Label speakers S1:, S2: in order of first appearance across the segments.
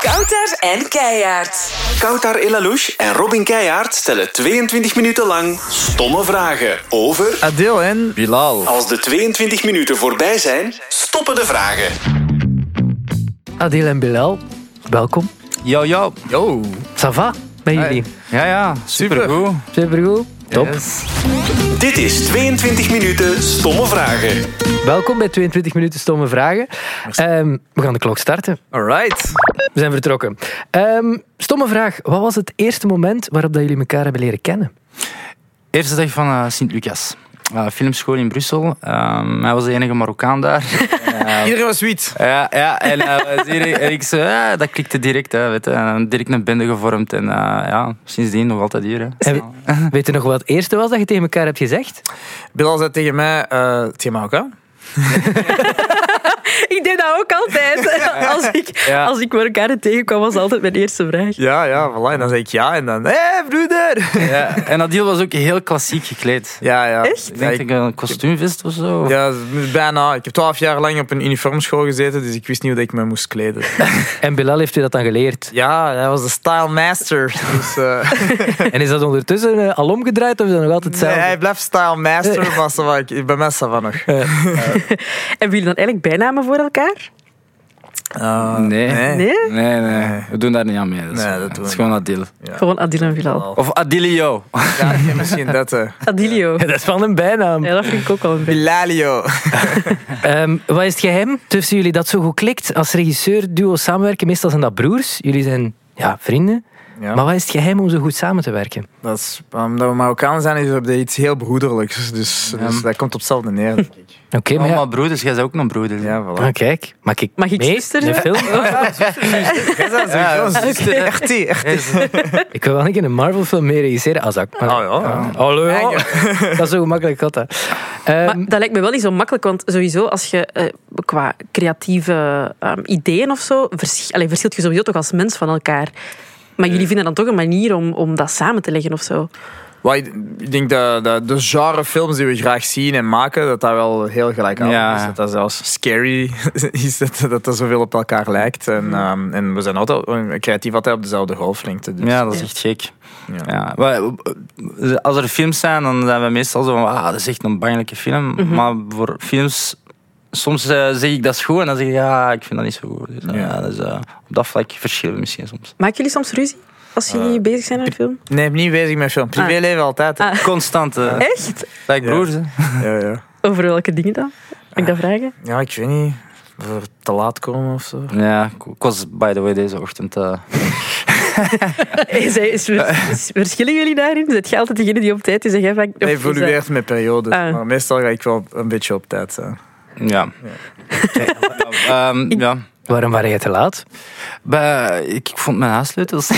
S1: Kouter en Keijaard.
S2: Koutar Elalouche en Robin Keijaard stellen 22 minuten lang stomme vragen over...
S3: Adil en Bilal.
S2: Als de 22 minuten voorbij zijn, stoppen de vragen.
S4: Adil en Bilal, welkom.
S3: Yo, yo. Yo.
S4: Ça va met jullie?
S3: Ja, ja. Supergoed.
S4: Supergoed. Top.
S3: Yes.
S2: Dit is 22 minuten stomme vragen.
S4: Welkom bij 22 minuten stomme vragen. Ehm, we gaan de klok starten.
S3: Alright.
S4: We zijn vertrokken. Ehm, stomme vraag. Wat was het eerste moment waarop dat jullie elkaar hebben leren kennen?
S5: Eerste dag van eh, Sint-Lucas. Eh, filmschool in Brussel. Ehm, hij was de enige Marokkaan daar.
S3: Iedereen was sweet.
S5: ja, ja, en eh, hij was hier- en ik zei, ja, dat klikte direct. Hè, weet je. En direct een bende gevormd. En eh, ja, sindsdien nog altijd hier. Hè.
S4: En we- weet je nog wat het eerste was dat je tegen elkaar hebt gezegd?
S3: Bilal zei tegen mij, eh tegen mij ook, hè?
S6: Ik deed dat ook altijd. Als ik,
S5: Ja.
S6: als ik elkaar tegenkwam, was dat altijd mijn eerste vraag.
S3: Ja, ja, voilà. En dan zei ik ja. En dan, hé, hey, broeder.
S5: Ja, en Adil was ook heel klassiek gekleed.
S3: Ja, ja.
S6: Echt?
S5: Ik
S3: Ja,
S5: denk
S3: ik-
S5: dat ik een kostuumvest of zo.
S3: ja, bijna. Ik heb twaalf jaar lang op een uniformschool gezeten, dus ik wist niet hoe ik me moest kleden.
S4: En Bilal heeft u dat dan geleerd.
S3: Ja, hij was de style master. Dus, eh,
S4: En is dat ondertussen eh, al omgedraaid of is dat nog altijd
S3: nee,
S4: hetzelfde?
S3: hij blijft style master, maar ça va, ik- bij mij is dat van nog.
S6: Hebben jullie dan eigenlijk bijnamen voor elkaar?
S3: Eh,
S5: Nee.
S6: Nee?
S5: Nee, nee. We doen daar niet aan mee. Dat is,
S3: Nee, dat
S5: dat
S3: doen
S5: is
S3: we
S5: gewoon Adil.
S6: Gewoon Adil en Bilal.
S5: Of Adilio.
S3: Ja, oké, misschien dat. eh.
S6: Adilio.
S4: Dat is van een bijnaam.
S6: Ja, dat vind ik ook al een beetje.
S3: Bilalio.
S4: Ehm, wat is het geheim tussen jullie dat zo goed klikt? Als regisseur, duo samenwerken, meestal zijn dat broers. Jullie zijn ja, vrienden.
S3: Ja.
S4: Maar wat is het geheim om zo goed samen te werken?
S3: Dat is, omdat we Marokkanen zijn, is dat iets heel broederlijks. Dus, dus dat komt op hetzelfde neer, denk ik.
S4: Oké, maar ja-
S5: Allemaal broeders. Jij bent ook nog broeder.
S3: Ja, voilà.
S4: Ah, kijk, mag ik,
S6: Mag ik
S4: mee
S6: zuster
S4: in de
S6: zijn? Oh.
S4: film?
S3: Ja, dus,
S5: Ja,
S3: dat is
S5: oké.
S3: echt, echt.
S4: ik wil wel een keer een Marvel film mee regisseren als dat. maar- Ah.
S3: Oh ja.
S4: Hallo, ja.
S3: Ja,
S4: dat is zo gemakkelijk gaat dat. Ehm,
S6: Maar dat lijkt me wel niet zo makkelijk, want sowieso als je eh, qua creatieve ehm, ideeën of zo, vers, allee, verschilt je sowieso toch als mens van elkaar. Maar jullie vinden dan toch een manier om, om dat samen te leggen of zo.
S3: Wel, ik- ik denk dat, dat de genre films die we graag zien en maken, dat dat wel heel gelijk
S5: Ja.
S3: is. Dat dat zelfs scary is, dat dat, dat zoveel op elkaar lijkt. En, ehm, en we zijn altijd eh, creatief altijd op dezelfde golflengte. Dus,
S5: Ja, dat is echt gek.
S3: Ja.
S5: Ja. Maar, eh, Als er films zijn, dan zijn we meestal zo van, ah, dat is echt een bangelijke film. Maar voor films, soms eh, zeg ik dat is goed en dan zeg ik, ja, ik vind dat niet zo goed. Dus, eh,
S3: Ja.
S5: ja, dus, eh, op dat vlak verschillen we misschien soms.
S6: Maken jullie soms ruzie als jullie bezig zijn aan een film?
S3: Nee, ik ben niet bezig met film. Privéleven altijd. hè.
S5: Constant. eh,
S6: Echt?
S5: Like broers, hè.
S3: Ja, ja.
S6: Over welke dingen dan? Mag ik dat vragen?
S3: ja, ik weet niet. Voor te laat komen of zo.
S5: Ja, ik- ik was by the way deze ochtend... eh,
S6: Hey, zij- is-
S3: Eh.
S6: is- Verschillen jullie daarin? Zet jij altijd degene die op tijd is en jij vaak... of is dat-
S3: Evolueert met periodes.
S6: Ah.
S3: Maar meestal ga ik wel een beetje op tijd zijn.
S5: ja. Ja. Ehm, ja.
S4: waarom waren jij te laat?
S5: Bij- ik, ik vond mijn huissleutels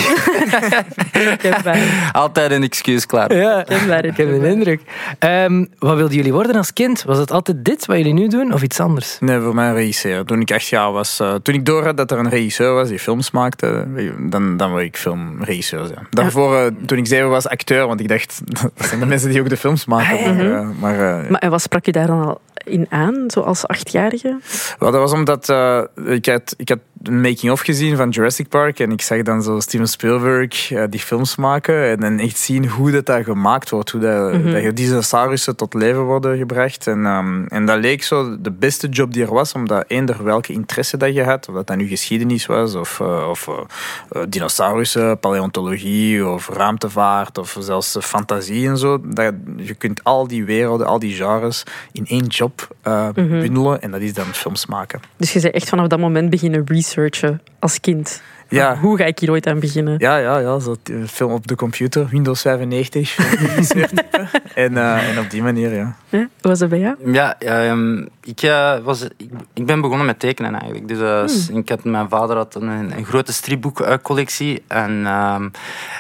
S6: Kenbaar,
S5: altijd een excuus klaar.
S4: Ja,
S6: kenbaar,
S4: ik heb een
S6: kenbaar.
S4: indruk. Ehm, wat wilden jullie worden als kind? Was het altijd dit wat jullie nu doen of iets anders?
S3: Nee, voor mij regisseren. Toen ik echt ja was, eh, toen ik door had dat er een regisseur was die films maakte, dan, dan wil ik filmregisseur zijn. Daarvoor, eh, toen ik zeven was, acteur, want ik dacht, dat zijn de mensen die ook de films maken. Maar, eh, maar, eh,
S6: Maar en wat sprak je daar dan al in aan, zoals achtjarige?
S3: Wel, dat was omdat eh, ik, had, ik had een making-of gezien van Jurassic Park. En ik zag dan zo Steven Spielberg eh, die films maken. En, en echt zien hoe dat daar gemaakt wordt. Hoe dat, dat je dinosaurussen tot leven worden gebracht. En, ehm, en dat leek zo de beste job die er was. Omdat eender welke interesse dat je had. Of dat dat nu geschiedenis was. Of, eh, of eh, eh, dinosaurussen, paleontologie. Of ruimtevaart. Of zelfs eh, fantasie en zo. Dat, je kunt al die werelden, al die genres in één job eh, bundelen. En dat is dan films maken.
S6: Dus je zei echt vanaf dat moment beginnen researchen als kind. Van,
S3: Ja.
S6: Hoe ga ik hier ooit aan beginnen?
S3: Ja, ja, ja. Zo, t- eh, film op de computer, Windows 95. en, eh, en op die manier, ja.
S6: Hè? Hoe was dat bij jou?
S5: Ja, ehm, ik, eh, was, ik, ik ben begonnen met tekenen eigenlijk. Dus, eh, s- ik had, mijn vader had een, een grote stripboekcollectie. En, ehm,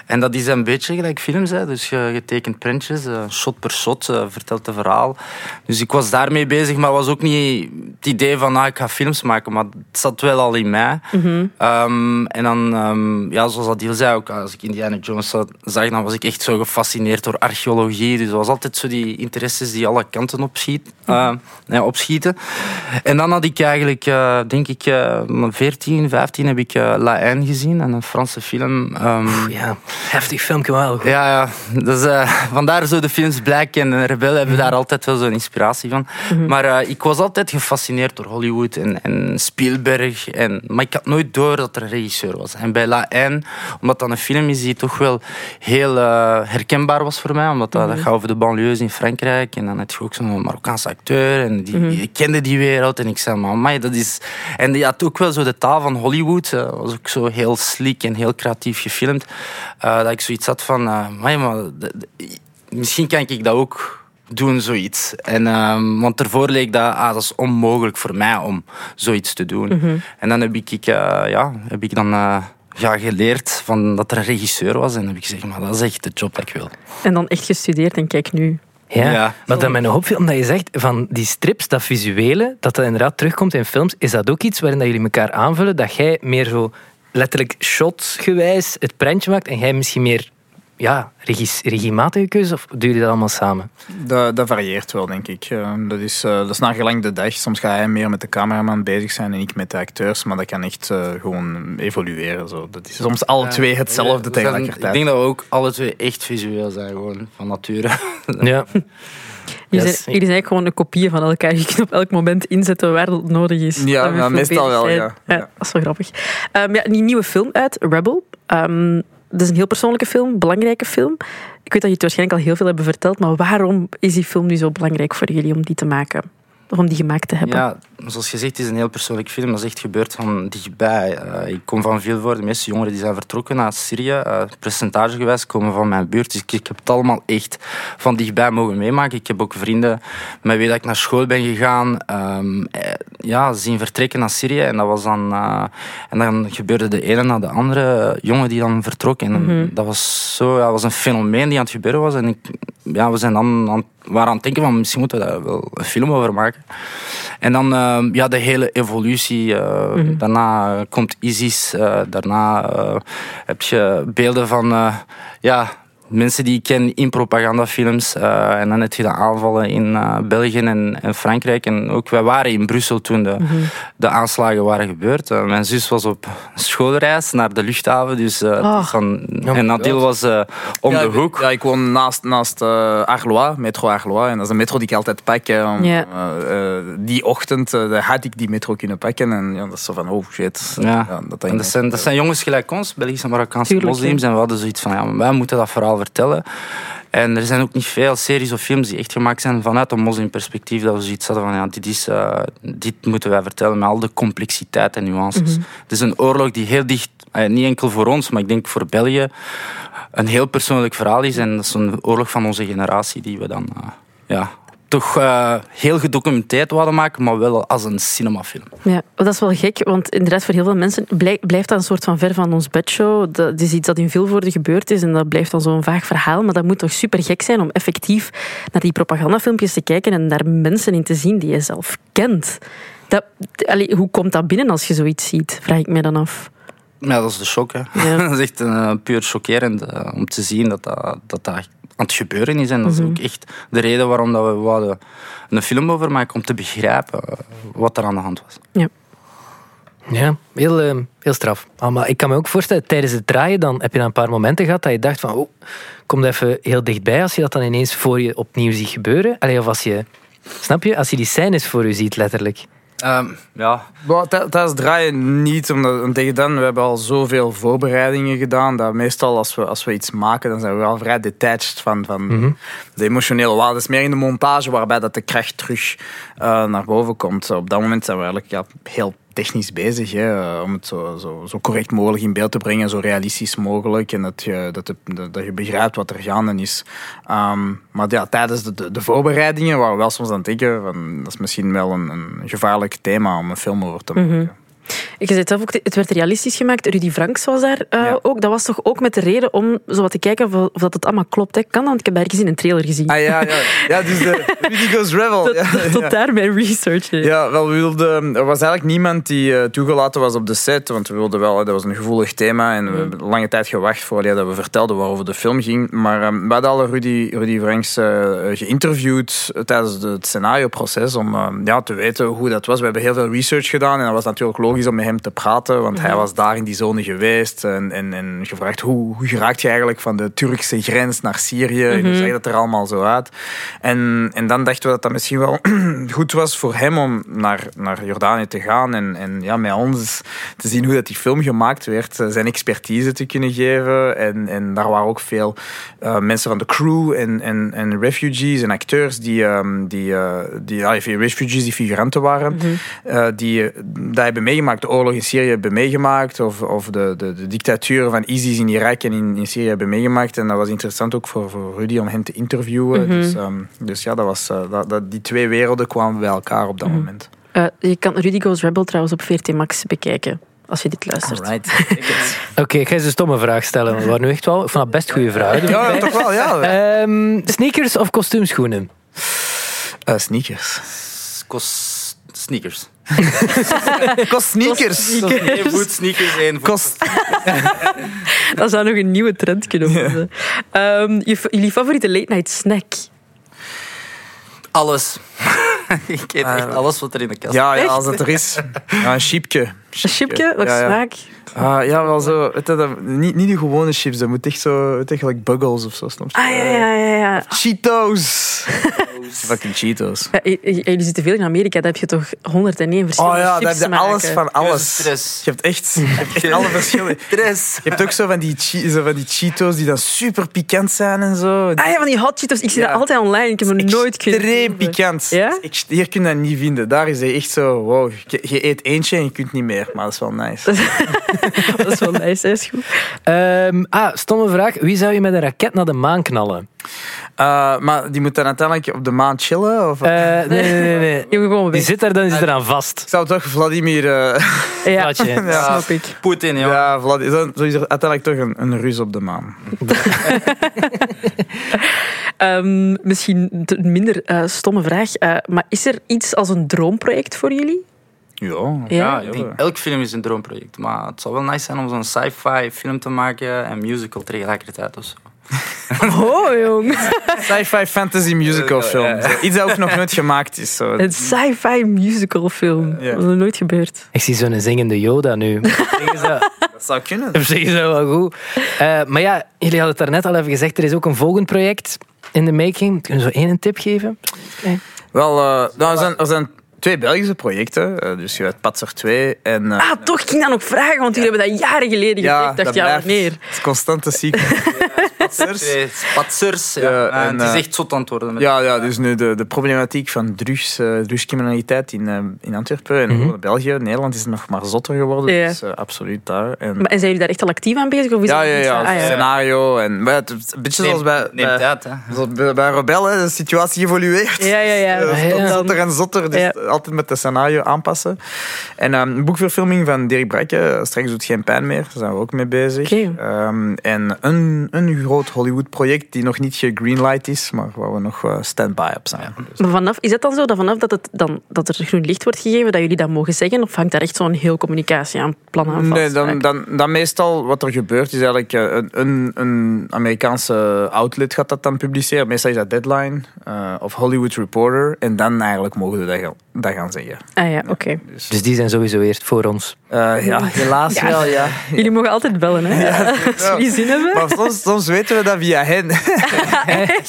S5: en dat is een beetje gelijk films. Hè. Dus je, je tekent printjes, eh, shot per shot, eh, vertelt een verhaal. Dus ik was daarmee bezig, maar was ook niet het idee van ah, ik ga films maken. Maar het zat wel al in mij. Ehm, En dan, ehm, ja, zoals Adil zei ook, als ik Indiana Jones za- zag, dan was ik echt zo gefascineerd door archeologie. Dus dat was altijd zo die interesses die alle kanten opschiet, eh, ja, opschieten. En dan had ik eigenlijk, eh, denk ik, eh, mijn 14, 15 heb ik eh, La Haine gezien, een Franse film. ehm,
S4: Ja, heftig filmpje wel. goed.
S5: ja, ja. Dus, eh, vandaar zo de films Black en Rebel hebben daar altijd wel zo'n inspiratie van. Maar eh, ik was altijd gefascineerd door Hollywood en, en Spielberg. En, maar ik had nooit door dat er een regisseur was. En bij La Haine, omdat dat een film is die toch wel heel eh, herkenbaar was voor mij. Omdat dat, dat gaat over de banlieues in Frankrijk. En dan had je ook zo'n Marokkaanse acteur. En die, ik kende die wereld. En ik zei, maar amai, dat is... En die had ook wel zo de taal van Hollywood. eh, was ook zo heel sleek en heel creatief gefilmd. Eh, dat ik zoiets had van, eh, amai, maar d- d- misschien kan ik dat ook doen, zoiets. En, ehm, want ervoor leek dat, ah, dat is onmogelijk voor mij om zoiets te doen. En dan heb ik, ik, eh, ja, heb ik dan... eh, ja, geleerd van dat er een regisseur was. En heb ik gezegd, maar dat is echt de job dat ik wil.
S6: En dan echt gestudeerd en kijk nu.
S4: Ja.
S5: Ja.
S4: Maar dat mij nog opviel, omdat je zegt van die strips, dat visuele, dat dat inderdaad terugkomt in films, is dat ook iets waarin dat jullie elkaar aanvullen? Dat jij meer zo letterlijk shotgewijs het prentje maakt en jij misschien meer ja, regis, regiematige keuze? Of doen jullie dat allemaal samen?
S3: Dat, dat varieert wel, denk ik. Eh, dat, is, eh, dat is naar gelang de dag. Soms ga hij meer met de cameraman bezig zijn en ik met de acteurs. Maar dat kan echt eh, gewoon evolueren. Zo. Dat is soms alle twee hetzelfde
S5: Ja, dus dan-
S3: tegelijkertijd.
S5: Ik denk dat we ook alle twee echt visueel zijn, gewoon van nature.
S4: Ja.
S6: Jullie,
S4: Yes.
S6: zijn, jullie zijn echt gewoon een kopieën van elkaar. Je kunt op elk moment inzetten waar dat nodig is.
S3: Ja,
S6: Dat we
S3: ja,
S6: veel
S3: meestal
S6: bezig
S3: wel,
S6: zijn.
S3: ja. Ja.
S6: Dat is wel grappig. Ehm, ja, die nieuwe film uit, Rebel. Ehm, dat is een heel persoonlijke film, belangrijke film. Ik weet dat je het waarschijnlijk al heel veel hebben verteld, maar waarom is die film nu zo belangrijk voor jullie om die te maken? Of om die gemaakt te hebben?
S5: Ja, zoals gezegd, het is een heel persoonlijk film. Dat is echt gebeurd van dichtbij. Eh, ik kom van Vilvoorde. De meeste jongeren die zijn vertrokken naar Syrië, eh percentagegewijs, komen van mijn buurt. Dus ik, ik heb het allemaal echt van dichtbij mogen meemaken. Ik heb ook vrienden met wie dat ik naar school ben gegaan, ehm, eh, ja, zien vertrekken naar Syrië. En dat was dan... eh, en dan gebeurde de ene na de andere eh, jongen die dan vertrok. En dat was zo... Ja, dat was een fenomeen die aan het gebeuren was. En ik, ja, we zijn dan aan, waren aan het denken van misschien moeten we daar wel een film over maken. En dan ehm, ja, de hele evolutie. eh, Daarna eh, komt ISIS. eh, daarna eh, heb je beelden van eh, ja, mensen die ik ken in propagandafilms. eh, en dan heb je de aanvallen in eh, België en, en Frankrijk. En ook wij waren in Brussel toen de, de aanslagen waren gebeurd. Eh, mijn zus was op schoolreis naar de luchthaven. Dus, eh,
S6: Ah.
S5: van, en Nadil was eh, om
S3: Ja,
S5: de
S3: ik-
S5: hoek.
S3: Ja, ik woon naast, naast eh, Arlois, metro Arlois. En dat is een metro die ik altijd pak. hè, om,
S6: Ja.
S3: eh, eh, die ochtend eh, daar had ik die metro kunnen pakken. En ja, dat is zo van, oh shit.
S5: Ja.
S3: dat dat
S5: en dat, zijn, dat zijn jongens gelijk ons, Belgische Marokkaanse
S6: Tuurlijk,
S5: moslims.
S6: ja.
S5: En we hadden zoiets van, ja, maar wij moeten dat verhaal vertellen. En er zijn ook niet veel series of films die echt gemaakt zijn vanuit een moslimperspectief. Dat we zoiets hadden van, ja, dit, is, eh, dit moeten wij vertellen met al de complexiteit en nuances.
S6: Mhm.
S5: Het is een oorlog die heel dicht, eh, niet enkel voor ons, maar ik denk voor België, een heel persoonlijk verhaal is. En dat is een oorlog van onze generatie die we dan... eh, ja, toch eh, heel gedocumenteerd wilden maken, maar wel als een cinemafilm.
S6: Ja, Oh, dat is wel gek, want inderdaad voor heel veel mensen blij- blijft dat een soort van ver van ons bedshow. Dat is iets dat in Vilvoorde gebeurd is en dat blijft dan zo'n vaag verhaal. Maar dat moet toch super gek zijn om effectief naar die propagandafilmpjes te kijken en daar mensen in te zien die je zelf kent. Dat, allee, hoe komt dat binnen als je zoiets ziet, vraag ik me dan af.
S5: Ja, dat is de shock. Hè.
S6: Ja.
S5: dat is echt eh, puur chockerend eh, om te zien dat dat, dat dat aan het gebeuren is. En dat is ook echt de reden waarom dat we wouden een film over maken, om te begrijpen eh, wat er aan de hand was.
S6: Ja.
S4: Ja, heel, eh, heel straf. Ah, maar ik kan me ook voorstellen, tijdens het draaien dan heb je dan een paar momenten gehad dat je dacht van, oh, kom er even heel dichtbij als je dat dan ineens voor je opnieuw ziet gebeuren. Allee, of als je, snap je, als je die scènes voor je ziet letterlijk.
S5: Ehm, ja,
S3: Wel, tij- Tijdens het draaien niet, omdat en tegen dan, we hebben al zoveel voorbereidingen gedaan, dat meestal als we, als we iets maken, dan zijn we wel vrij detached van, van de emotionele waarde. Het is meer in de montage waarbij dat de kracht terug eh, naar boven komt. Op dat moment zijn we eigenlijk ja, heel technisch bezig, hè, eh, om het zo, zo, zo correct mogelijk in beeld te brengen, zo realistisch mogelijk, en dat je, dat de- dat je begrijpt wat er gaande is. Ehm, maar ja, tijdens de, de, de voorbereidingen waren we wel soms aan het denken, van, dat is misschien wel een, een gevaarlijk thema om een film over te maken.
S6: Je zei zelf ook, het werd realistisch gemaakt. Rudy Franks was daar eh,
S3: Ja.
S6: ook. Dat was toch ook met de reden om zo wat te kijken of, of dat het allemaal klopt. Hè. Kan dat? Want ik heb ergens in een trailer gezien.
S3: Ah ja, ja. ja dus de Rudy Goes Rebel.
S6: tot,
S3: ja,
S6: tot daar mijn research. hè.
S3: Ja, wel, we wilden, er was eigenlijk niemand die eh, toegelaten was op de set. Want we wilden wel, dat was een gevoelig thema. En we hebben lange tijd gewacht voor ja, dat we vertelden waarover de film ging. Maar ehm, we hadden al Rudy, Rudy Franks eh, geïnterviewd tijdens de- het scenarioproces. Om ehm, ja, te weten hoe dat was. We hebben heel veel research gedaan. En dat was natuurlijk logisch om met hem te praten. Want hij was daar in die zone geweest. En, en, en gevraagd hoe, hoe geraakt je eigenlijk van de Turkse grens naar Syrië. En hoe zag dat er allemaal zo uit? En, en dan dachten we dat dat misschien wel goed was voor hem om naar, naar Jordanië te gaan en, en ja, met ons te zien hoe dat die film gemaakt werd, eh, zijn expertise te kunnen geven. En, en daar waren ook veel eh, mensen van de crew en, en, en refugees en acteurs die, ehm, die, eh, die ja, refugees die figuranten waren, eh, die eh, dat hebben meegemaakt, de oorlog in Syrië hebben meegemaakt of, of de, de, de dictatuur van ISIS in Irak en in, in Syrië hebben meegemaakt. En dat was interessant ook voor, voor Rudy om hen te interviewen. dus, ehm, dus ja, dat was, eh, dat, dat, die twee werelden kwamen bij elkaar op dat moment.
S6: Eh, je kan Rudy Goes Rebel trouwens op VRT Max bekijken. Als je dit luistert.
S4: Oké, ik ga eens een stomme vraag stellen. want We waren nu echt wel... Ik vond dat best goede vragen.
S3: Ja, toch wel, ja.
S4: Ehm, sneakers of kostuumschoenen?
S3: Eh, sneakers.
S5: Kost sneakers.
S3: Kost sneakers.
S5: Eén voet sneakers, één voet.
S3: Kost.
S6: Dat zou nog een nieuwe trend kunnen worden. Ehm, je, jullie favoriete late night snack?
S5: Alles. ik eet echt
S3: Eh,
S5: alles wat er in de kast
S3: Ja, ja, als het er is. Ja, een chipje.
S6: Een chipje? Wat
S3: Ja, ja.
S6: smaak?
S3: Ah, ja, wel zo. weet je, dat- niet, niet de gewone chips, dat moet echt zo. weet je, gelijk buggles of zo. Soms.
S6: Ah ja, ja, ja. ja.
S3: Cheetos! Fucking Cheetos.
S6: Ja, j- j- eh, jullie zitten veel in Amerika, daar heb je toch 101 verschillende
S3: Oh ja, daar
S6: chips
S3: heb je alles van alles.
S5: Keuzestress.
S3: Je hebt echt, je hebt echt alle verschillen.
S5: Stress.
S3: Je hebt ook zo van die, che- zo van die Cheetos die dan super pikant zijn en zo.
S6: Ah ja, van die hot Cheetos. Ik zie
S3: Ja.
S6: dat altijd online. Ik heb hem nooit kunnen
S3: Extreem
S6: proeven.
S3: pikant.
S6: Ja?
S3: Ex- Hier kun je dat niet vinden. Daar is hij echt zo, wow, je, je eet eentje en je kunt niet meer. Maar dat is wel nice.
S6: Dat is wel nice, hè, is goed.
S4: Ehm, ah, stomme vraag. Wie zou je met een raket naar de maan knallen?
S3: Eh, maar die moet dan uiteindelijk op de maan chillen? Of?
S4: Eh, nee, nee, nee. nee.
S6: Je moet gewoon
S4: Die
S6: weg.
S4: zit daar, dan is het eraan vast.
S3: Ik zou toch Vladimir... eh,
S6: Ja,
S4: Plaatje.
S6: snap ik.
S5: Poetin, ja.
S3: ja, Vladimir, dan zo is er uiteindelijk toch een, een rus op de maan.
S6: Ehm, misschien een minder eh, stomme vraag, eh, maar is er iets als een droomproject voor jullie?
S3: Ja.
S5: Ja,
S6: Ja?
S5: ik denk, elk film is een droomproject. Maar het zou wel nice zijn om zo'n sci-fi film te maken en musical tegelijkertijd of zo.
S6: Oh, jong.
S3: Sci-fi fantasy musical film. Iets dat ook nog nooit gemaakt is. Zo.
S6: Een sci-fi musical film.
S3: Ja.
S6: Dat is nog nooit gebeurd.
S4: Ik zie zo'n zingende Yoda nu. Op zich is dat-
S3: Dat zou kunnen.
S4: op zich is dat wel goed. Eh, maar ja, jullie hadden het daarnet al even gezegd. Er is ook een volgend project in de making. Kunnen we zo één tip geven?
S3: Wel, eh, nou, er, zijn, er zijn twee Belgische projecten. eh, dus je hebt Patser 2 en... eh,
S6: Ah, toch ik ging dat nog vragen, want jullie hebben dat jaren geleden gezegd. Ik dacht, ja,
S3: blijft-
S6: wanneer?
S3: Het is constante ziekte. Patsers.
S5: Twee Spatsers. Ja.
S3: Ja,
S5: Eh,
S3: en,
S5: het
S3: eh,
S5: is echt zot aan het worden. met-
S3: Ja, ja, dus nu de, de problematiek van drugs, eh, drugscriminaliteit in, eh, in Antwerpen en in België, Nederland is het nog maar zotter geworden.
S6: Mhm. Ja.
S3: Dus eh, absoluut daar. En,
S6: Maar, en zijn jullie daar echt al actief aan bezig? Of is
S3: ja,
S6: dat
S3: ja,
S6: iets
S3: ja,
S6: van- ah, ja.
S3: scenario. En, maar het, het is een beetje
S5: Neem-
S3: zoals bij,
S5: Neemt
S3: bij,
S5: uit, hè.
S3: zoals bij, bij Rebellen, de situatie evolueert.
S6: Ja, ja, ja.
S3: Eh,
S4: Ja.
S3: Zotter en zotter, dus
S6: Ja.
S3: altijd met de scenario aanpassen. En ehm, een boekverfilming van Dirk Brakke, Straks doet geen pijn meer, daar zijn we ook mee bezig.
S6: Oké.
S3: Ehm, en een, een groot Hollywood-project die nog niet gegreenlight is, maar waar we nog eh, stand-by op zijn. Dus-
S6: Maar vanaf, is dat dan zo dat vanaf dat, het dan, dat er groen licht wordt gegeven, dat jullie dat mogen zeggen? Of hangt daar echt zo'n heel communicatie aan, plan aan vast? Ah,
S3: Nee, dan, dan, dan meestal wat er gebeurt is eigenlijk eh, een, een, een Amerikaanse outlet gaat dat dan publiceren. Meestal is dat Deadline eh, of Hollywood Reporter. En dan eigenlijk mogen we dat, gaan- dat gaan zeggen.
S6: Ah ja, oké.
S4: Dus die zijn sowieso eerst voor ons.
S3: Eh, ja, helaas
S6: Ja.
S3: wel, ja.
S6: Jullie mogen altijd bellen, hè? Als jullie zin hebben.
S3: Maar soms, soms weten we dat via hen.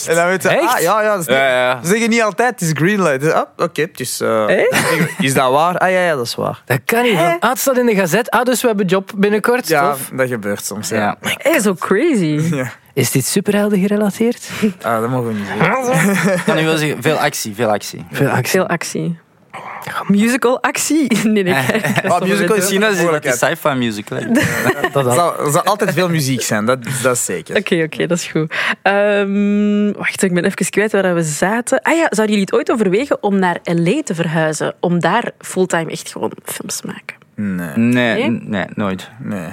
S3: En dan weten we,
S4: Echt?
S3: ah, ja, ja, dat is niet, Ze zeggen niet altijd, het is greenlight. Ah, Oké, het is... eh, Is dat waar? Ah ja, ja, dat is waar.
S4: Dat kan niet. Van, ah, het staat in de gazet. Ah, dus we hebben job binnenkort.
S3: Ja,
S4: Tof.
S3: dat gebeurt soms, ja.
S5: Ja.
S6: Hé, eh, zo crazy.
S4: Is dit superhelden gerelateerd?
S3: Ah, dat mogen we niet zeggen.
S5: Ik kan nu wel zeggen, veel actie, veel actie.
S4: Veel actie.
S6: Veel actie. Musical actie? Nee, nee. kijk.
S3: Ah, musical
S5: In
S3: is
S5: China
S3: China,
S5: is
S3: dat
S5: het een
S3: is-
S5: sci-fi musical. hè.
S4: Dat
S3: Er
S4: al.
S3: zal, er zal altijd veel muziek zijn, dat, dat is zeker.
S6: Oké, oké, dat is goed. Ehm, wacht, ik ben even kwijt waar we zaten. Ah ja, zouden jullie het ooit overwegen om naar L.A. te verhuizen? Om daar fulltime echt gewoon films te maken?
S3: Nee,
S5: Nee,
S6: Nee?
S5: n- nee, nooit.
S3: nee.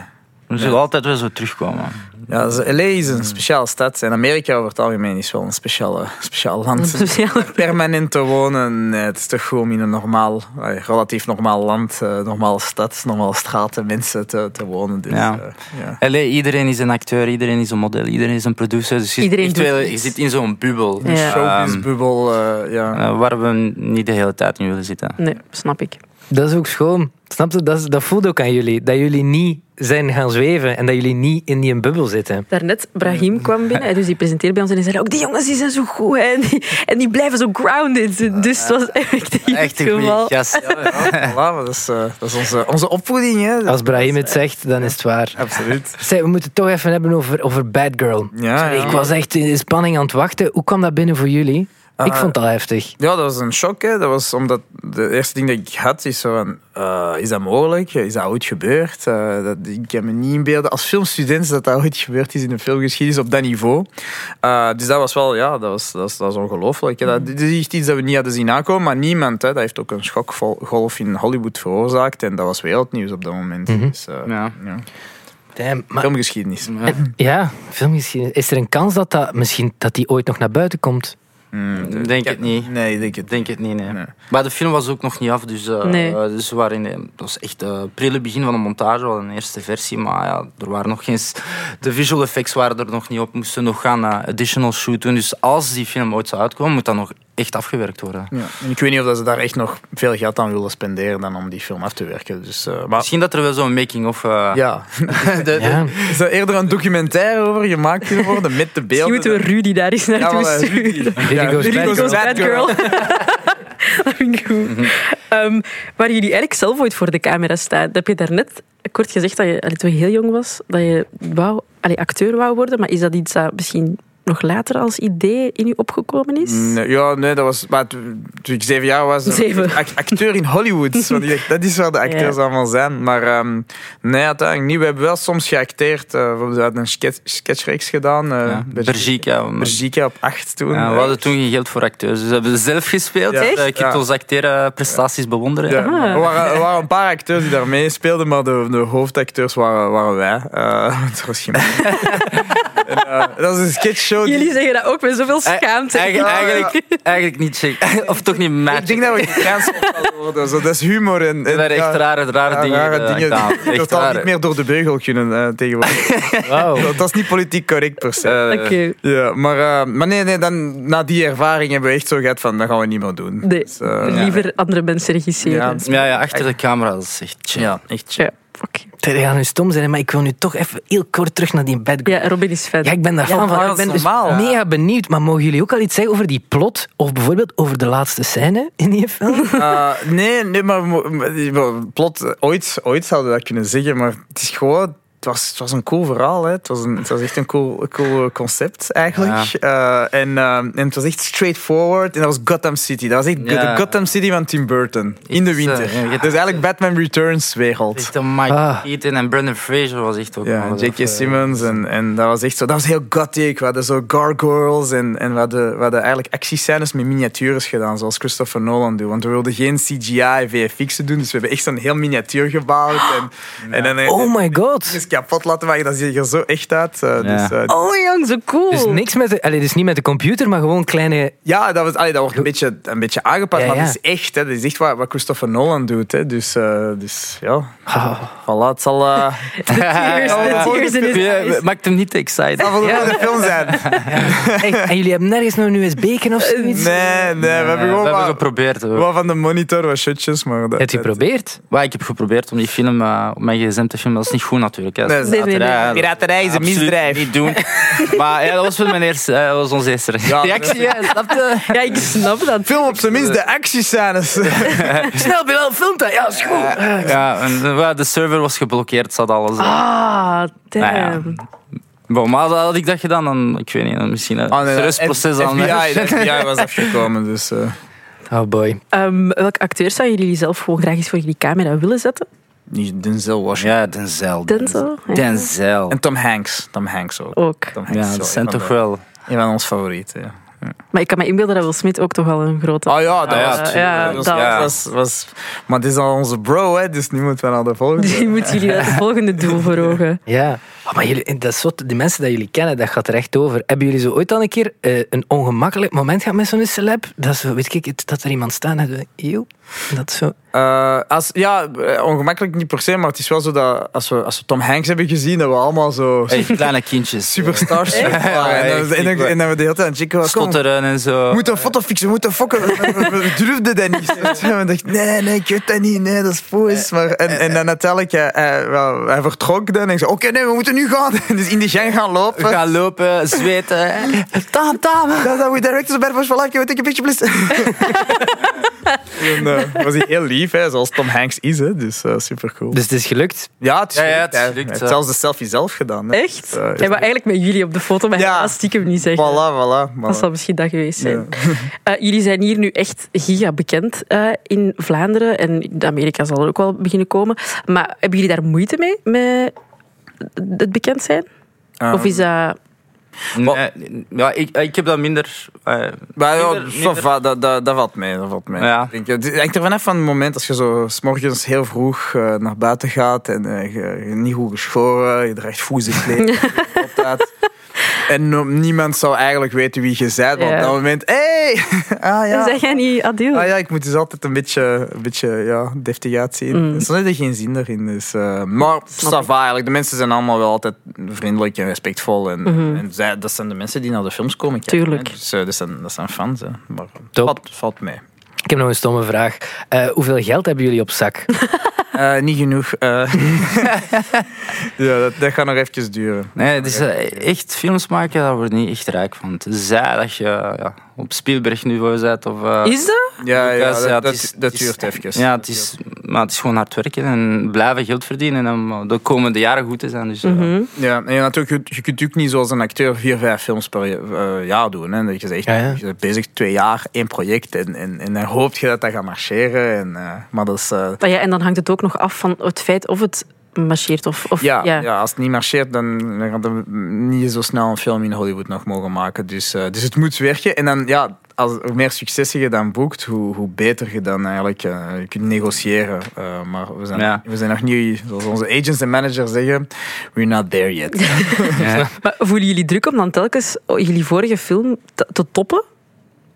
S5: We zullen altijd wel zo terugkomen.
S3: Ja, dus LA is een speciale stad. En Amerika over het algemeen is wel een speciale, speciaal land.
S6: Speciale
S3: Permanent te wonen, nee, het is toch gewoon in een normaal, eh, relatief normaal land, eh, normale stad, normale straten, mensen te, te wonen. Dus,
S5: Ja.
S3: eh, ja.
S5: LA, iedereen is een acteur, iedereen is een model, iedereen is een producer. Dus je,
S6: Iedereen
S5: echt
S6: doet
S5: wel-
S6: iets.
S5: je zit in zo'n bubbel.
S6: Ja.
S5: Ehm,
S3: Showbizbubbel,
S4: Ehm,
S3: eh, ja.
S5: eh, waar we niet de hele tijd in willen zitten.
S6: Nee, snap ik.
S4: Dat is ook schoon. Snap je? Dat, is- dat voelt ook aan jullie. Dat jullie niet zijn gaan zweven en dat jullie niet in die bubbel zitten.
S6: Daarnet, Brahim kwam binnen, hè, dus die presenteerde bij ons en die zei ook, die jongens die zijn zo goed hè, en, die, en die blijven zo grounded. Dus het was effectief
S5: Echt
S6: het
S5: een goeie
S6: geval.
S5: gast.
S3: Voilà, maar dat is, eh, dat is onze, onze opvoeding. Hè.
S4: Als Brahim het zegt, dan is het waar.
S3: Absoluut.
S4: Zeg, we moeten het toch even hebben over, over Bad Girl.
S3: Ja, ja.
S4: Ik was echt in spanning aan het wachten. Hoe kwam dat binnen voor jullie? ik
S3: Eh,
S4: vond dat heftig.
S3: Ja, dat was een shock. Hè. Dat was omdat de eerste ding dat ik had is zo van, eh, is dat mogelijk? Is dat ooit gebeurd? Eh, dat, ik kan me niet inbeelden als filmstudent dat dat ooit gebeurd is in de filmgeschiedenis op dat niveau. Eh, dus dat was wel, ja, dat was, dat was, dat was ongelooflijk. hè. Dat, dit is echt iets dat we niet hadden zien aankomen, maar niemand. Hè, dat heeft ook een schokgolf in Hollywood veroorzaakt en dat was wereldnieuws op dat moment. Dus, eh,
S5: Ja.
S3: ja.
S4: Damn, Mhm. maar-
S3: Filmgeschiedenis.
S4: eh, ja, filmgeschiedenis. Is er een kans dat, dat, misschien, dat die ooit nog naar buiten komt?
S5: Denk het niet.
S3: Nee, ik denk het
S5: Ik denk het niet, nee.
S3: Nee.
S5: Maar de film was ook nog niet af, dus, eh
S6: Nee.
S5: eh, dus we waren in, de- dat was echt eh, het prille begin van de montage, wel een eerste versie, maar ja, er waren nog geen... s- De visual effects waren er nog niet op, moesten nog gaan eh, additional shoot doen. Dus als die film ooit zou uitkomen, moet dat nog echt afgewerkt worden.
S3: Ja, en ik weet niet of dat ze daar echt nog veel geld aan willen spenderen dan om die film af te werken. Dus, eh, maar
S5: Misschien dat er wel zo'n making-of... eh,
S3: ja,
S5: de- de-
S4: Ja.
S3: is er eerder een documentaire over gemaakt kunnen worden met de
S6: Misschien
S3: beelden?
S6: moeten we Rudy daar eens
S3: Ja,
S6: naartoe
S3: voilà, Rudy.
S6: sturen.
S4: Rudy goes
S3: Rudy
S4: bad
S3: goes
S4: girl.
S3: bad girl.
S6: Dat vind ik goed. Ehm, waren jullie eigenlijk zelf ooit voor de camera staan? Dat heb je daarnet kort gezegd dat je, allee, toen je heel jong was, dat je wou, allee, acteur wou worden. Maar is dat iets dat misschien nog later als idee in je opgekomen is?
S3: Nee, Mm, ja, nee, dat was. Maar toen toen ik zeven jaar was,
S6: Zeven.
S3: was ik ac- acteur in Hollywood. Want ik dacht, dat is waar de acteurs
S6: Ja.
S3: allemaal zijn. Maar ehm, nee, uiteindelijk niet. We hebben wel soms geacteerd. eh, bijvoorbeeld we hadden een sketch, sketchreeks gedaan. eh
S5: ja, Bergique, ja, maar-
S3: Bergica op acht toen.
S5: Ja, we hadden toen geen geld voor acteurs, dus we hebben zelf gespeeld.
S3: Ja.
S5: Eh,
S3: Echt?
S5: Ik heb
S3: Ja.
S5: onze acteerprestaties eh, bewonderen.
S3: Ja. Er, waren, er waren een paar acteurs die daar meespeelden, maar de, de hoofdacteurs waren, waren wij. Eh, want er was geen... En, eh, dat is een sketchshow. die-
S6: Jullie zeggen dat ook met zoveel Ah, schaamte.
S5: Eigen- eigenlijk, eigenlijk niet check. Of toch niet match.
S3: Ah, Ik denk dat we gecanceld gaan worden. Zo, dat is humor. En, en,
S5: Er waren echt
S3: ja,
S5: rare, rare
S3: ja,
S5: dingen.
S3: rare
S5: eh,
S3: dingen
S5: gedaan.
S3: die
S5: Echt
S3: totaal niet
S5: rare.
S3: meer door de beugel kunnen eh, tegenwoordig.
S4: Wauw.
S3: dat is niet politiek correct per se.
S5: Eh,
S6: Oké.
S3: ja, maar, eh, maar nee, nee dan, na die ervaring hebben we echt zo gehad van, dat gaan we niet meer doen.
S6: Nee,
S3: Dus, eh,
S6: liever andere mensen regisseren.
S3: Ja.
S5: Ja, ja, achter de camera, dat is echt chill.
S3: Ja.
S5: echt
S6: Tja, fuck.
S4: Zeg, We gaan nu stom zijn, maar ik wil nu toch even heel kort terug naar die Bad Girl.
S6: Ja, Robin is fan.
S4: Ja, ik ben daar
S3: Ja,
S4: fan van.
S3: dat
S4: Ik ben
S3: is
S4: dus
S3: normaal.
S4: mega benieuwd. Maar mogen jullie ook al iets zeggen over die plot? Of bijvoorbeeld over de laatste scène in die film?
S3: Eh, nee, nee, maar mo- maar plot, eh, ooit, ooit zouden we dat kunnen zeggen, maar het is gewoon. Het was, het was een cool verhaal. Hè. Het, was een, het was echt een cool, cool eh, concept, eigenlijk. Eh, en, eh, en het was echt straightforward. En dat was Gotham City. Dat was echt
S5: Ja.
S3: de Gotham City van Tim Burton. In de
S5: Iets,
S3: winter.
S5: eh, ja, je hebt-
S3: dus eigenlijk Batman Returns wereld.
S5: Echt een Mike
S4: Ah.
S5: Keaton en Brendan Fraser was echt ook...
S3: Ja,
S5: wel
S3: J.K.
S5: even-
S3: Simmons. En, en dat was echt zo. Dat was heel gothic. We hadden zo gargoyles. En, en we, hadden, we hadden eigenlijk actiescènes met miniatures gedaan. Zoals Christopher Nolan doet. Want we wilden geen CGI VFX'en doen. Dus we hebben echt zo'n heel miniatuur gebouwd. En, en dan en,
S4: Oh my god.
S3: is kapot laten maken. Dat ziet er zo echt uit. Eh,
S5: Ja.
S3: Dus, eh,
S6: Oh jong, zo cool.
S4: Dus niks met de... Allee, dus niet met de computer, maar gewoon kleine...
S3: ja, dat, was, allee, dat wordt een beetje, een beetje aangepast.
S4: Ja,
S3: Maar
S4: ja.
S3: dat is echt. Hè, dat is echt wat, wat Christopher Nolan doet. Hè, dus, eh, dus ja,
S4: Ah.
S3: voilà. Het zal... eh,
S6: Tears,
S3: Ja,
S6: tears in his eyes.
S5: Ja, Maakt hem niet te excited.
S3: zal wel de film zijn.
S4: Echt, en jullie hebben nergens nog een USB-ken of zoiets?
S3: Nee, nee, we hebben
S5: Eh,
S3: gewoon
S5: we
S3: wat-
S5: hebben geprobeerd. hoor.
S3: Wel van de monitor, wat shotjes, maar... Dat,
S4: Heb je geprobeerd?
S5: Maar ik heb geprobeerd om die film eh, op mijn gsm te filmen. Dat is niet goed natuurlijk. Hè.
S3: Nee,
S5: Dat
S6: nee, nee.
S5: piraterij, hè.
S3: Piraterij is een
S5: Absoluut
S3: misdrijf.
S5: Niet doen. maar ja, dat was wel mijn eerste, eh, dat was onze eerste reactie. hè, snap je?
S6: Ja, ik snap dat.
S3: Film op zijn minst de actiescènes.
S5: Oh,
S4: Snel, Bilal, film dat. Ja, is goed.
S5: Ja, en, eh, wel, de server was geblokkeerd, zat alles.
S6: Ah, damn.
S5: Nou Bon, maar had ik dat gedaan, dan, ik weet niet, dan misschien
S3: Ah,
S5: een rustproces aan.
S3: FBI, de FBI was afgekomen, dus... eh,
S4: Oh boy.
S6: Ehm, welke acteurs zouden jullie zelf gewoon graag eens voor jullie camera willen zetten?
S3: niet Denzel Washington.
S5: Ja, Denzel.
S6: Denzel? Ja.
S5: Denzel.
S3: En Tom Hanks. Tom Hanks ook.
S6: Ook.
S3: Tom Hanks
S5: Ja,
S3: is
S5: dat
S3: Ah, een
S5: zijn
S3: van
S5: toch
S3: de-
S5: wel...
S3: Een van ons favorieten, ja.
S6: Maar ik kan me inbeelden dat Will Smith ook toch al een grote...
S3: Ah ja, dat
S5: Ah ja,
S3: was,
S6: tuurlijk. Ja,
S3: dat was,
S5: dat-
S3: was, was- Maar dit is al onze bro, hè, dus nu moeten we naar de volgende.
S6: Die moeten jullie het volgende doel voor ogen.
S4: Ja, Ah, maar jullie, en dat is wat, die mensen die jullie kennen, dat gaat er echt over. Hebben jullie zo ooit al een keer eh, een ongemakkelijk moment gehad met zo'n celeb? Dat, is, zo, weet ik, het- dat er iemand staat en dat je- eeuw, dat is zo.
S3: Eh, als, ja, eh, ongemakkelijk niet per se, maar het is wel zo dat als we, als we Tom Hanks hebben gezien, dat we allemaal zo
S5: Hey, kleine kindjes.
S3: superstars waren.
S5: Ja,
S3: en, dat we-
S5: echt,
S3: en,
S5: ik
S3: dat-
S5: wel.
S3: en dat we de hele tijd aan het checken waren, kom,
S5: Stotteren en zo.
S3: We moeten een foto fixen, we moeten fokken. We, we- we durfden dat niet. En we dachten, nee, nee, ik weet dat niet. Nee, dat is poes. Maar, en, en dan uiteindelijk, hij, hij, wel, hij vertrok dan. En ik zei, oké, nee, we moeten nu gaan. Dus in de gang gaan lopen.
S5: gaan lopen, zweten.
S3: Tam, tam. That's how we direct us Bad Boys for Life. Can we take a picture, please? en, eh, was hij heel lief, hè, zoals Tom Hanks is. Hè, dus super cool.
S4: Dus het is gelukt.
S3: ja, het is
S5: Ja, ja,
S3: gelukt,
S5: het is
S3: hè.
S5: gelukt,
S3: Hij
S5: ja.
S3: heeft zelfs de selfie zelf gedaan. Hè.
S6: Echt?
S3: Eh,
S6: Hij wou eigenlijk met jullie op de foto, maar
S3: Ja.
S6: ja. stiekem niet zeggen.
S3: Voilà, voilà. Maar,
S6: Dat zal misschien dat geweest zijn. Eh, jullie zijn hier nu echt giga bekend eh, in Vlaanderen. En in Amerika zal er ook wel beginnen komen. Maar hebben jullie daar moeite mee, met het bekend zijn?
S3: Ehm,
S6: of is dat...
S5: Nee, nee, ja, ik, ik heb dat minder. eh,
S3: Maar ja,
S5: minder-
S3: zo
S5: minder-
S3: va- dat, dat, dat valt mee. Dat valt mee.
S5: Ja.
S3: Ik Denk, het hangt er vanaf van het moment als je zo s morgens heel vroeg eh, naar buiten gaat en eh, je- je niet goed geschoren, je draagt voezig kleed. je klopt uit. en no- niemand zou eigenlijk weten wie je bent. Want
S6: Ja.
S3: op dat moment, hey! ah ja.
S6: Zeg jij niet Adil?
S3: Ah ja, ik moet dus altijd een beetje, een beetje ja, deftig uitzien. Mm. Soms heb je geen zin erin. Dus, eh, maar ça va eigenlijk. De mensen zijn allemaal wel altijd vriendelijk en respectvol. En,
S6: Mhm.
S3: en zij, dat zijn de mensen die naar de films komen kijken.
S6: Tuurlijk.
S3: hè. Dus eh, dat, zijn, dat zijn fans. Hè. Maar het
S4: Top.
S3: valt, valt mee.
S4: Ik heb nog een stomme vraag. Eh, hoeveel geld hebben jullie op zak?
S3: Eh, niet genoeg. eh. ja, dat, dat gaat nog eventjes duren.
S5: Nee, het is eh, echt films maken, daar word je niet echt rijk van. Tenzij dat je ja, op Spielberg niveau zit. Of, eh,
S6: Is dat?
S3: Ja, ja,
S5: Lucas,
S3: dat,
S5: het
S3: dat,
S5: is-
S3: dat
S5: het is-
S3: duurt eventjes.
S5: Ja, het is, maar het is gewoon hard werken en blijven geld verdienen. En om de komende jaren goed te zijn. Dus,
S6: Mhm.
S5: eh,
S3: Ja, en je, natuurlijk, je, je kunt natuurlijk niet zoals een acteur vier, vijf films per eh, jaar doen. Hè. Dat je zegt,
S4: Ja, ja.
S3: je bent bezig twee jaar, één project en, en, en dan hoop je dat dat gaat marcheren. En, eh, maar dat is... eh,
S6: Maar Ah ja, en dan hangt het ook nog af van het feit of het marcheert. Of, of,
S3: ja, ja. als het niet marcheert, dan, dan gaat er niet zo snel een film in Hollywood nog mogen maken. Dus, eh, dus het moet werken. En dan, ja, als, hoe meer successen je dan boekt, hoe, hoe beter je dan eigenlijk eh, kunt negociëren. Eh, maar we zijn,
S5: Ja.
S3: we zijn nog niet, zoals onze agents en managers zeggen, we're not there yet.
S6: Maar voelen jullie druk om dan telkens jullie vorige film te, te toppen?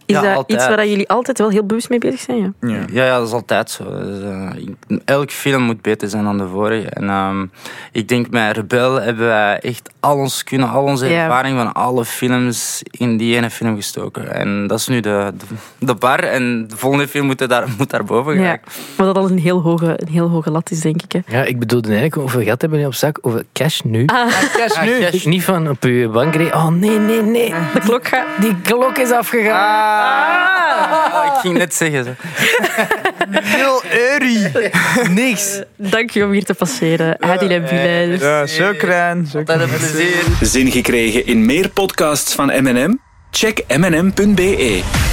S6: Is
S5: Ja,
S6: dat
S5: altijd.
S6: iets waar jullie altijd wel heel bewust mee bezig zijn? Ja?
S3: Ja.
S5: Ja, ja, dat is altijd zo. Dus, eh, ik- elk film moet beter zijn dan de vorige. En ehm, ik denk, met Rebel hebben wij echt al ons kunnen, al onze
S6: Ja.
S5: ervaring van alle films in die ene film gestoken. En dat is nu de, de, de bar. En de volgende film moet daar, moet daar boven gaan.
S6: Ja. Maar dat al een heel hoge, een heel hoge lat is, denk ik. Hè.
S4: Ja, ik bedoelde eigenlijk hoeveel geld hebben jullie op zak? Hoeveel cash nu?
S5: Cash nu.
S4: Ik niet van op uw bankrekening. Oh nee, nee, nee. De klok, gaat, die klok is afgegaan.
S5: Ah, ik ging net zeggen. Zo.
S3: Heel eurie.
S4: Niks.
S6: Dank je om hier te passeren, Adil
S5: eh,
S6: en Bilal.
S3: Ja, shukran. shukran.
S5: Dat een plezier.
S2: Zin gekregen in meer podcasts van M&M? Check mm.be.